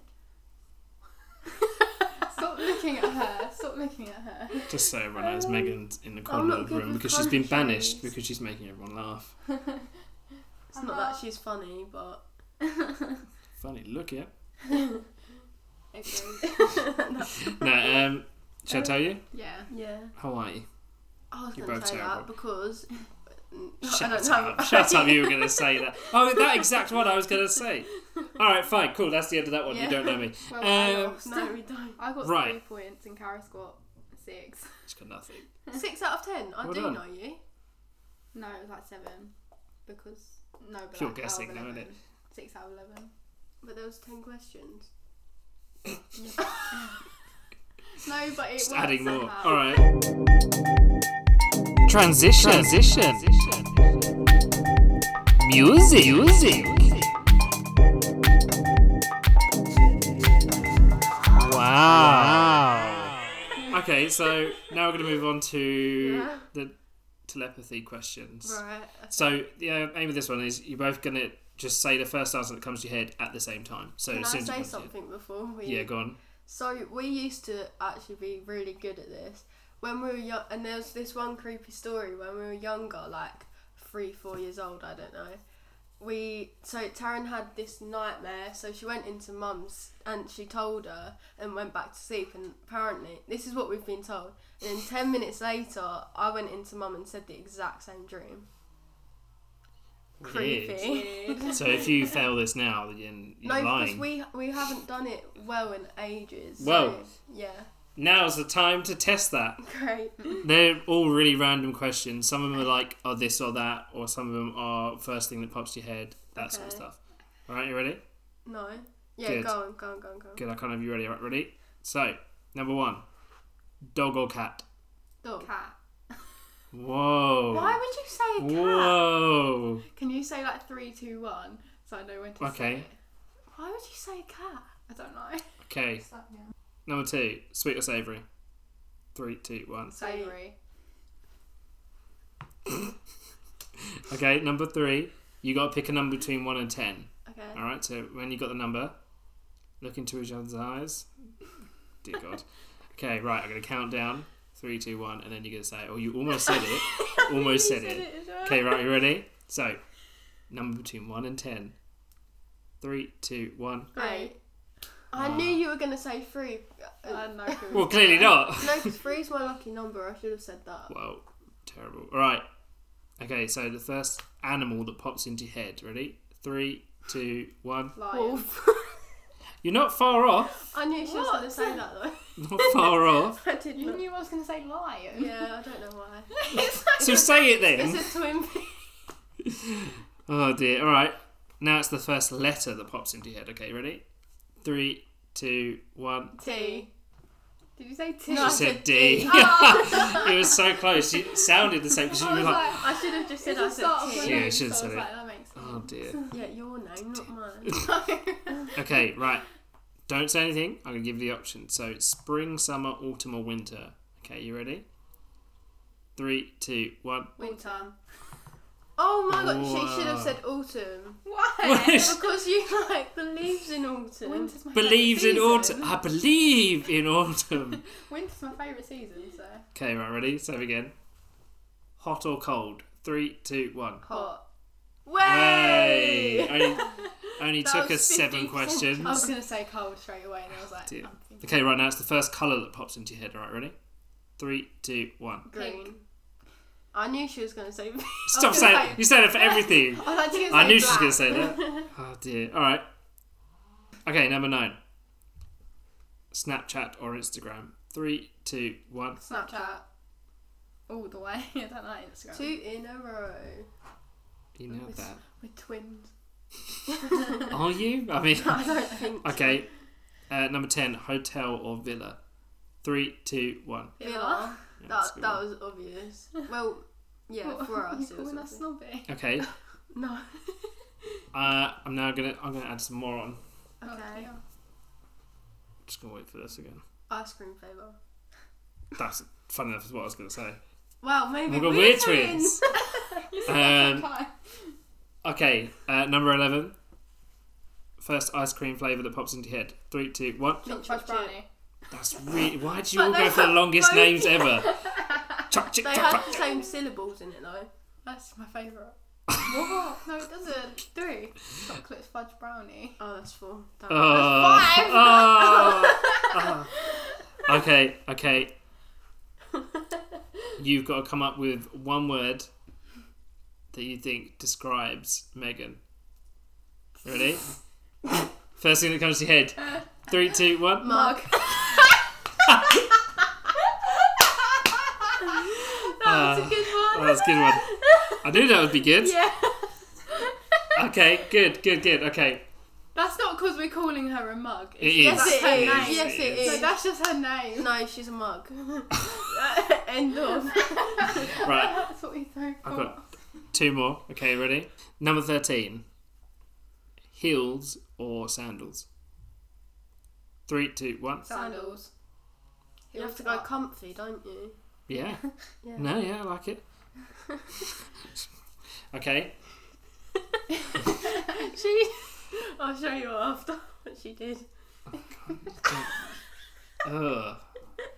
Speaker 2: Stop looking at her. Stop looking at her.
Speaker 1: Just so everyone knows,
Speaker 3: Um,
Speaker 1: Megan's in the
Speaker 3: I'm
Speaker 1: corner
Speaker 3: not
Speaker 1: of the
Speaker 3: good
Speaker 1: room
Speaker 3: with
Speaker 1: because she's been banished
Speaker 3: countries.
Speaker 1: because she's making everyone laugh.
Speaker 3: it's not that
Speaker 2: Uh-huh.
Speaker 3: she's funny, but
Speaker 1: Funny, look it.
Speaker 2: Agree.
Speaker 1: No, um, shall I tell you?
Speaker 2: yeah.
Speaker 3: yeah,
Speaker 1: Hawaii.
Speaker 3: I was
Speaker 1: You're
Speaker 3: gonna
Speaker 1: both
Speaker 3: say that
Speaker 1: terrible.
Speaker 3: because I
Speaker 1: Shut
Speaker 3: don't
Speaker 1: up.
Speaker 3: have.
Speaker 1: Shut up, you were going to say that. Oh, that exact one I was going to say. All right, fine, cool. That's the end of that one. You
Speaker 2: Yeah.
Speaker 1: don't know me.
Speaker 2: Well, I
Speaker 1: Um,
Speaker 2: lost.
Speaker 3: no, we don't.
Speaker 2: I got
Speaker 1: Right.
Speaker 2: three points and Kara scored six.
Speaker 1: It's got nothing.
Speaker 3: Six out of ten. I
Speaker 1: Well
Speaker 3: do
Speaker 1: done.
Speaker 3: know you.
Speaker 2: No, it was like seven. Because no, but
Speaker 1: Pure
Speaker 2: like
Speaker 1: guessing,
Speaker 2: out of
Speaker 1: though,
Speaker 2: 11.
Speaker 1: innit?
Speaker 2: Six out of eleven.
Speaker 3: But there was ten questions.
Speaker 2: No, but it
Speaker 1: Just
Speaker 2: worked
Speaker 1: adding more.
Speaker 2: somehow.
Speaker 1: All right. Transition. Transition. Music. Music. Wow. Okay, so now we're going to move on to
Speaker 3: Yeah.
Speaker 1: the telepathy questions.
Speaker 3: Right.
Speaker 1: So the uh, aim of this one is you're both going to just say the first answer that comes to your head at the same time. So
Speaker 3: Can
Speaker 1: as
Speaker 3: I
Speaker 1: soon as it
Speaker 3: say
Speaker 1: comes to your head-
Speaker 3: something before we?
Speaker 1: Yeah, go on.
Speaker 3: So we used to actually be really good at this when we were young, and there was this one creepy story when we were younger, like three, four years old. I don't know. We so Taryn had this nightmare, so she went into mum's and she told her and went back to sleep. And apparently, this is what we've been told. And then ten minutes later, I went into mum and said the exact same dream.
Speaker 1: Weird.
Speaker 3: Creepy.
Speaker 1: So if you fail this now, then you're
Speaker 3: No, because
Speaker 1: lying.
Speaker 3: we we haven't done it well in ages. so-
Speaker 1: Well.
Speaker 3: yeah,
Speaker 1: Now's the time to test that.
Speaker 3: great.
Speaker 1: They're all really random questions. Some of them are like, oh, this or that, or some of them are first thing that pops to your head, that sort of
Speaker 3: Okay.
Speaker 1: stuff. All right, you ready?
Speaker 3: No. Yeah,
Speaker 1: Good.
Speaker 3: go on, go on, go on, go on.
Speaker 1: Good, I can't have you ready. All right, ready? So, number one, dog or cat?
Speaker 3: Dog.
Speaker 2: Cat.
Speaker 1: Whoa.
Speaker 2: Why would you say a cat?
Speaker 1: Whoa.
Speaker 2: Can you say like three, two, one, so I know when to say
Speaker 1: Okay.
Speaker 2: it?
Speaker 3: Why would you say cat?
Speaker 2: I don't know.
Speaker 1: Okay, number two, sweet or savoury? Three, two, one.
Speaker 2: Savoury.
Speaker 1: Okay, number three, you got to pick a number between one and ten.
Speaker 3: Okay.
Speaker 1: All right, so when you got the number, look into each other's eyes. Dear God. Okay, right. I'm gonna count down. Three, two, one, and then you're gonna say, "Oh, you almost said it. almost said, it. Okay, right. You ready? So, number between one and ten. Three, two, one.
Speaker 3: Great.
Speaker 2: Great.
Speaker 3: I
Speaker 1: Ah.
Speaker 3: knew you were going to say three.
Speaker 2: I
Speaker 3: Uh,
Speaker 2: don't know. if it
Speaker 1: Well,
Speaker 2: was
Speaker 1: clearly
Speaker 2: there.
Speaker 1: not.
Speaker 3: no, because three is my lucky number. I should have said that.
Speaker 1: Well, terrible. All right. Okay, so the first animal that pops into your head. Ready? Three, two, one.
Speaker 2: Lion.
Speaker 3: Wolf.
Speaker 1: You're not far off.
Speaker 3: I knew she was
Speaker 2: What?
Speaker 3: going to say that though.
Speaker 1: Not far off.
Speaker 3: I did
Speaker 2: You
Speaker 3: not.
Speaker 2: knew I was going to say lion.
Speaker 3: Yeah, I don't know why.
Speaker 2: it's like,
Speaker 1: So say it then.
Speaker 3: It's a twin peak.
Speaker 1: Oh dear. All right. Now it's the first letter that pops into your head. Okay, ready? Three, two, one.
Speaker 3: T.
Speaker 2: did you say T?
Speaker 1: She
Speaker 3: No, I
Speaker 1: said
Speaker 3: said
Speaker 1: D.
Speaker 3: D. Oh.
Speaker 1: it was so close. It sounded the same because you
Speaker 2: I
Speaker 1: were
Speaker 2: was
Speaker 1: like,
Speaker 2: like,
Speaker 3: I should have just said
Speaker 2: it's
Speaker 3: I
Speaker 2: the start
Speaker 3: said
Speaker 2: of my
Speaker 3: T.
Speaker 1: Yeah,
Speaker 2: name,
Speaker 1: you should've
Speaker 2: so I
Speaker 1: said
Speaker 2: was
Speaker 1: it.
Speaker 2: like, that makes sense.
Speaker 1: oh dear.
Speaker 3: Yeah, your name, not mine.
Speaker 1: Okay, right. Don't say anything. I'm gonna give you the option. So it's spring, summer, autumn, or winter. Okay, you ready? Three, two, one.
Speaker 3: Autumn. Oh my god, she should have
Speaker 1: Wow.
Speaker 3: said autumn.
Speaker 2: Why?
Speaker 3: Because you like the leaves in autumn.
Speaker 2: Winter's my
Speaker 1: Believes in
Speaker 2: favourite
Speaker 1: autumn.
Speaker 2: season.
Speaker 1: I believe in autumn.
Speaker 2: Winter's my favourite season, so.
Speaker 1: okay, right. Ready? So again. Hot or cold? Three, two, one.
Speaker 3: Hot.
Speaker 1: Way!
Speaker 3: Way!
Speaker 1: Only, only
Speaker 3: That
Speaker 1: took
Speaker 3: was
Speaker 1: us seven
Speaker 3: 50%.
Speaker 1: questions.
Speaker 2: I was going to say cold straight away, and I was like,
Speaker 1: Oh, Dear.
Speaker 2: I'm thinking
Speaker 1: Okay, right now it's the first colour that pops into your head. All right, ready? Three, two, one.
Speaker 3: Green.
Speaker 2: Pink.
Speaker 3: I knew she was going to say.
Speaker 1: Stop
Speaker 3: Okay,
Speaker 1: saying
Speaker 3: right.
Speaker 1: you said it for everything.
Speaker 3: I, like to
Speaker 1: I
Speaker 3: say
Speaker 1: knew she was gonna
Speaker 3: black.
Speaker 1: say that. Oh dear. All right. Okay, number nine. Snapchat or Instagram. Three, two, one.
Speaker 3: Snapchat.
Speaker 2: all the way. I don't like Instagram.
Speaker 3: Two in a row.
Speaker 1: You nailed that.
Speaker 2: We're twins.
Speaker 1: Are you? I mean,
Speaker 3: I don't think.
Speaker 1: okay. Uh, number ten. Hotel or villa. Three, two, one.
Speaker 3: Villa.
Speaker 1: Yeah,
Speaker 3: That,
Speaker 1: that's a good
Speaker 3: that
Speaker 1: one.
Speaker 3: was obvious. Well, yeah, for us.
Speaker 2: You
Speaker 3: It was
Speaker 2: calling us
Speaker 3: obvious.
Speaker 2: snobby?
Speaker 1: Okay.
Speaker 3: No.
Speaker 1: Uh, I'm now gonna I'm gonna add some more on.
Speaker 3: Okay.
Speaker 1: Just gonna wait for this again.
Speaker 3: Ice cream flavour.
Speaker 1: That's funny enough is what I was gonna say.
Speaker 3: Wow, maybe
Speaker 1: We're,
Speaker 3: we're,
Speaker 1: we're
Speaker 3: twins.
Speaker 1: twins. um, okay, uh, number eleven. First ice cream flavour that pops into your head. Three, two, one.
Speaker 3: Chip,
Speaker 2: Chip,
Speaker 3: chip,
Speaker 2: chip,
Speaker 3: chip.
Speaker 2: brownie.
Speaker 1: That's really. Why do you
Speaker 3: But
Speaker 1: all
Speaker 3: they
Speaker 1: go for the
Speaker 3: have
Speaker 1: longest
Speaker 3: both-
Speaker 1: names ever? Chuck, chick,
Speaker 3: They
Speaker 1: chuck,
Speaker 3: have
Speaker 1: chuck.
Speaker 3: the same syllables in it though.
Speaker 2: That's my favourite. what? No, it doesn't. Three. Chocolate fudge brownie.
Speaker 3: Oh, that's four. Damn.
Speaker 1: Oh,
Speaker 2: five.
Speaker 1: oh, oh. Okay, okay. You've got to come up with one word that you think describes Megan. Ready? First thing that comes to your head. Three, two, one.
Speaker 3: Mug.
Speaker 1: that
Speaker 3: That's a good one.
Speaker 1: Oh, that's a good one. I knew that would be good.
Speaker 3: Yeah.
Speaker 1: Okay, good, good, good. Okay.
Speaker 2: That's not because we're calling her a mug.
Speaker 1: It is.
Speaker 3: Yes,
Speaker 2: That's
Speaker 3: it
Speaker 2: her
Speaker 3: is.
Speaker 2: name.
Speaker 3: Yes, it
Speaker 1: No,
Speaker 2: No,
Speaker 3: is.
Speaker 2: that's just her name.
Speaker 3: No, she's a mug. End of.
Speaker 1: Right,
Speaker 2: That's what we throw
Speaker 1: I've
Speaker 2: for.
Speaker 1: got two more. Okay, ready? Number 13. Heels or sandals? Three, two, one.
Speaker 2: Sandals.
Speaker 3: You have to go comfy, don't you?
Speaker 1: Yeah.
Speaker 3: Yeah.
Speaker 1: No, yeah, I like it. okay.
Speaker 3: She. I'll show you after what she did.
Speaker 1: Ugh.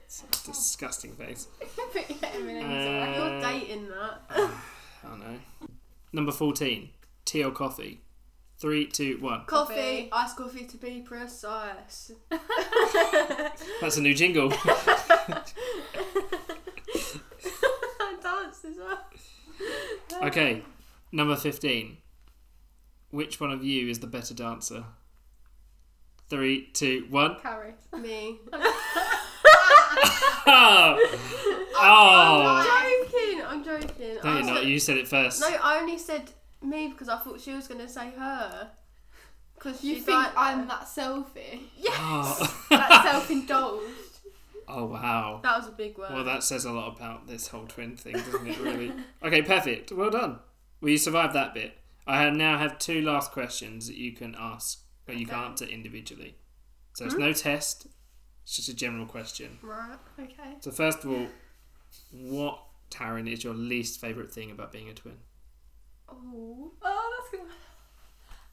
Speaker 1: It's a disgusting face.
Speaker 2: Put your M&Ms on.
Speaker 1: Uh,
Speaker 3: You're dating that.
Speaker 1: Oh no. Number 14. Tea or coffee? Three, two, one.
Speaker 3: Coffee.
Speaker 2: Coffee.
Speaker 3: Iced coffee to be precise.
Speaker 1: That's a new jingle.
Speaker 3: I danced as well.
Speaker 1: Okay. Number 15. Which one of you is the better dancer? Three, two, one.
Speaker 2: Carrie.
Speaker 3: Me.
Speaker 1: Oh!
Speaker 3: I'm
Speaker 1: oh.
Speaker 3: joking. I'm joking.
Speaker 1: No,
Speaker 3: I
Speaker 1: you're not.
Speaker 3: was-
Speaker 1: You said it first.
Speaker 3: No, I only said me because I thought she was going to say her. Because
Speaker 2: You think
Speaker 3: uh,
Speaker 2: I'm that selfish?
Speaker 1: Oh.
Speaker 2: that self-indulged?
Speaker 1: oh, wow.
Speaker 3: That was a big word.
Speaker 1: Well, that says a lot about this whole twin thing, doesn't it, really? okay, perfect. Well done. Well, you survived that bit. I have now have two last questions that you can ask, but you can
Speaker 2: Okay.
Speaker 1: answer individually. So it's no test, it's just a general question.
Speaker 3: Right.
Speaker 2: Okay.
Speaker 1: So, first of all, what, Taryn, is your least favourite thing about being a twin?
Speaker 2: Oh, oh,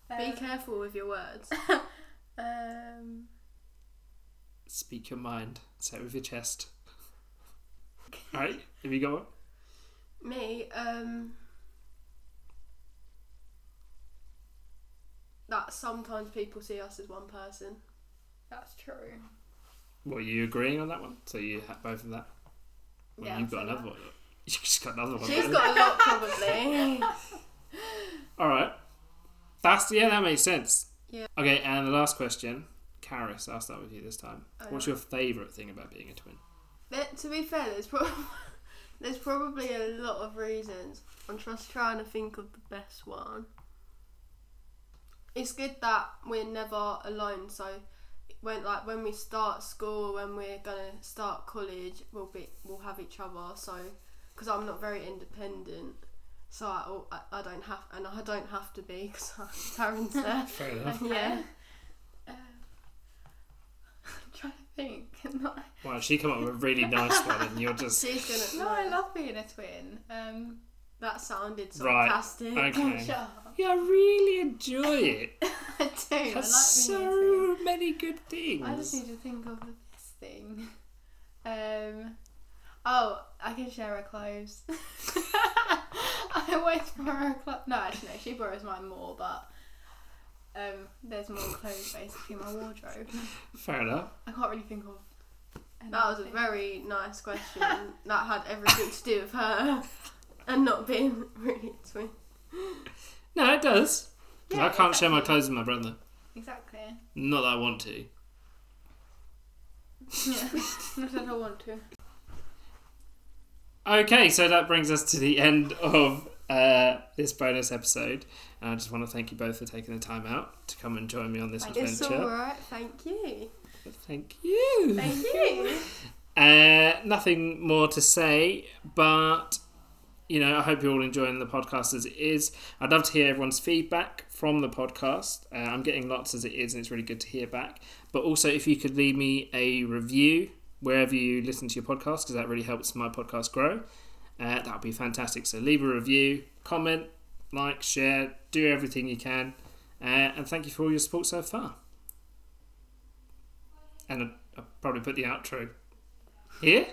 Speaker 2: that's
Speaker 3: Be
Speaker 2: good.
Speaker 3: careful with your words.
Speaker 2: Um, um,
Speaker 1: Speak your mind. Say it with your chest. All right, have you got one?
Speaker 3: me, um. That sometimes people see us as one person.
Speaker 2: that's true.
Speaker 1: Well, are you agreeing on that one? So you have both of that. Well,
Speaker 2: Yeah,
Speaker 1: you've
Speaker 2: I've
Speaker 1: got
Speaker 2: said
Speaker 1: another one. You've just got another one.
Speaker 3: She's
Speaker 1: then.
Speaker 3: got a lot, probably.
Speaker 1: All right. That's yeah, that makes sense.
Speaker 3: Yeah.
Speaker 1: Okay, and the last question. Karis, I'll start with you this time.
Speaker 3: Oh,
Speaker 1: What's
Speaker 3: yeah.
Speaker 1: your favourite thing about being a twin?
Speaker 3: There- to be fair, there's probably there's probably a lot of reasons. I'm just trying to think of the best one. It's good that we're never alone. So when like when we start school, when we're gonna start college, we'll be we'll have each other. So because I'm not very independent, so I, al- I, I don't have and I don't have to be because Taryn's there.
Speaker 1: Fair enough.
Speaker 3: And yeah,
Speaker 2: Um, I'm trying to think. no,
Speaker 1: Wow, she come up with a really nice one, and you're just
Speaker 3: she's gonna.
Speaker 2: no, I love being a twin. Um,
Speaker 3: that sounded
Speaker 1: Right.
Speaker 3: sarcastic.
Speaker 1: okay.
Speaker 2: shut up.
Speaker 1: Yeah, I really enjoy it.
Speaker 2: I do. I like
Speaker 1: Has
Speaker 2: being a twin.
Speaker 1: so many good things.
Speaker 2: I just need to think of the best thing. Um, oh, I can share her clothes. I always borrow her clothes. No, actually, no, she borrows mine more, but um, there's more clothes basically in my wardrobe.
Speaker 1: Fair enough.
Speaker 2: I can't really think of.
Speaker 3: That was a
Speaker 2: anything.
Speaker 3: very nice question that had everything to do with her and not being really a twin.
Speaker 1: No, it does. 'Cause
Speaker 2: Yeah,
Speaker 1: I can't share my
Speaker 2: exactly.
Speaker 1: clothes with my brother.
Speaker 2: Exactly.
Speaker 1: Not that I want to.
Speaker 2: Yeah. Not that I want to.
Speaker 1: Okay, so that brings us to the end of uh, this bonus episode. And I just want to thank you both for taking the time out to come and join me on this
Speaker 3: It's
Speaker 1: adventure.
Speaker 3: alright, thank you.
Speaker 1: Thank you.
Speaker 2: Thank you.
Speaker 1: Uh, nothing more to say, but you know, I hope you're all enjoying the podcast as it is. I'd love to hear everyone's feedback from the podcast. Uh, I'm getting lots as it is, and it's really good to hear back. But also, if you could leave me a review wherever you listen to your podcast, because that really helps my podcast grow. Uh, that would be fantastic. So leave a review, comment, like, share, do everything you can. Uh, and thank you for all your support so far. And I, I probably put the outro here.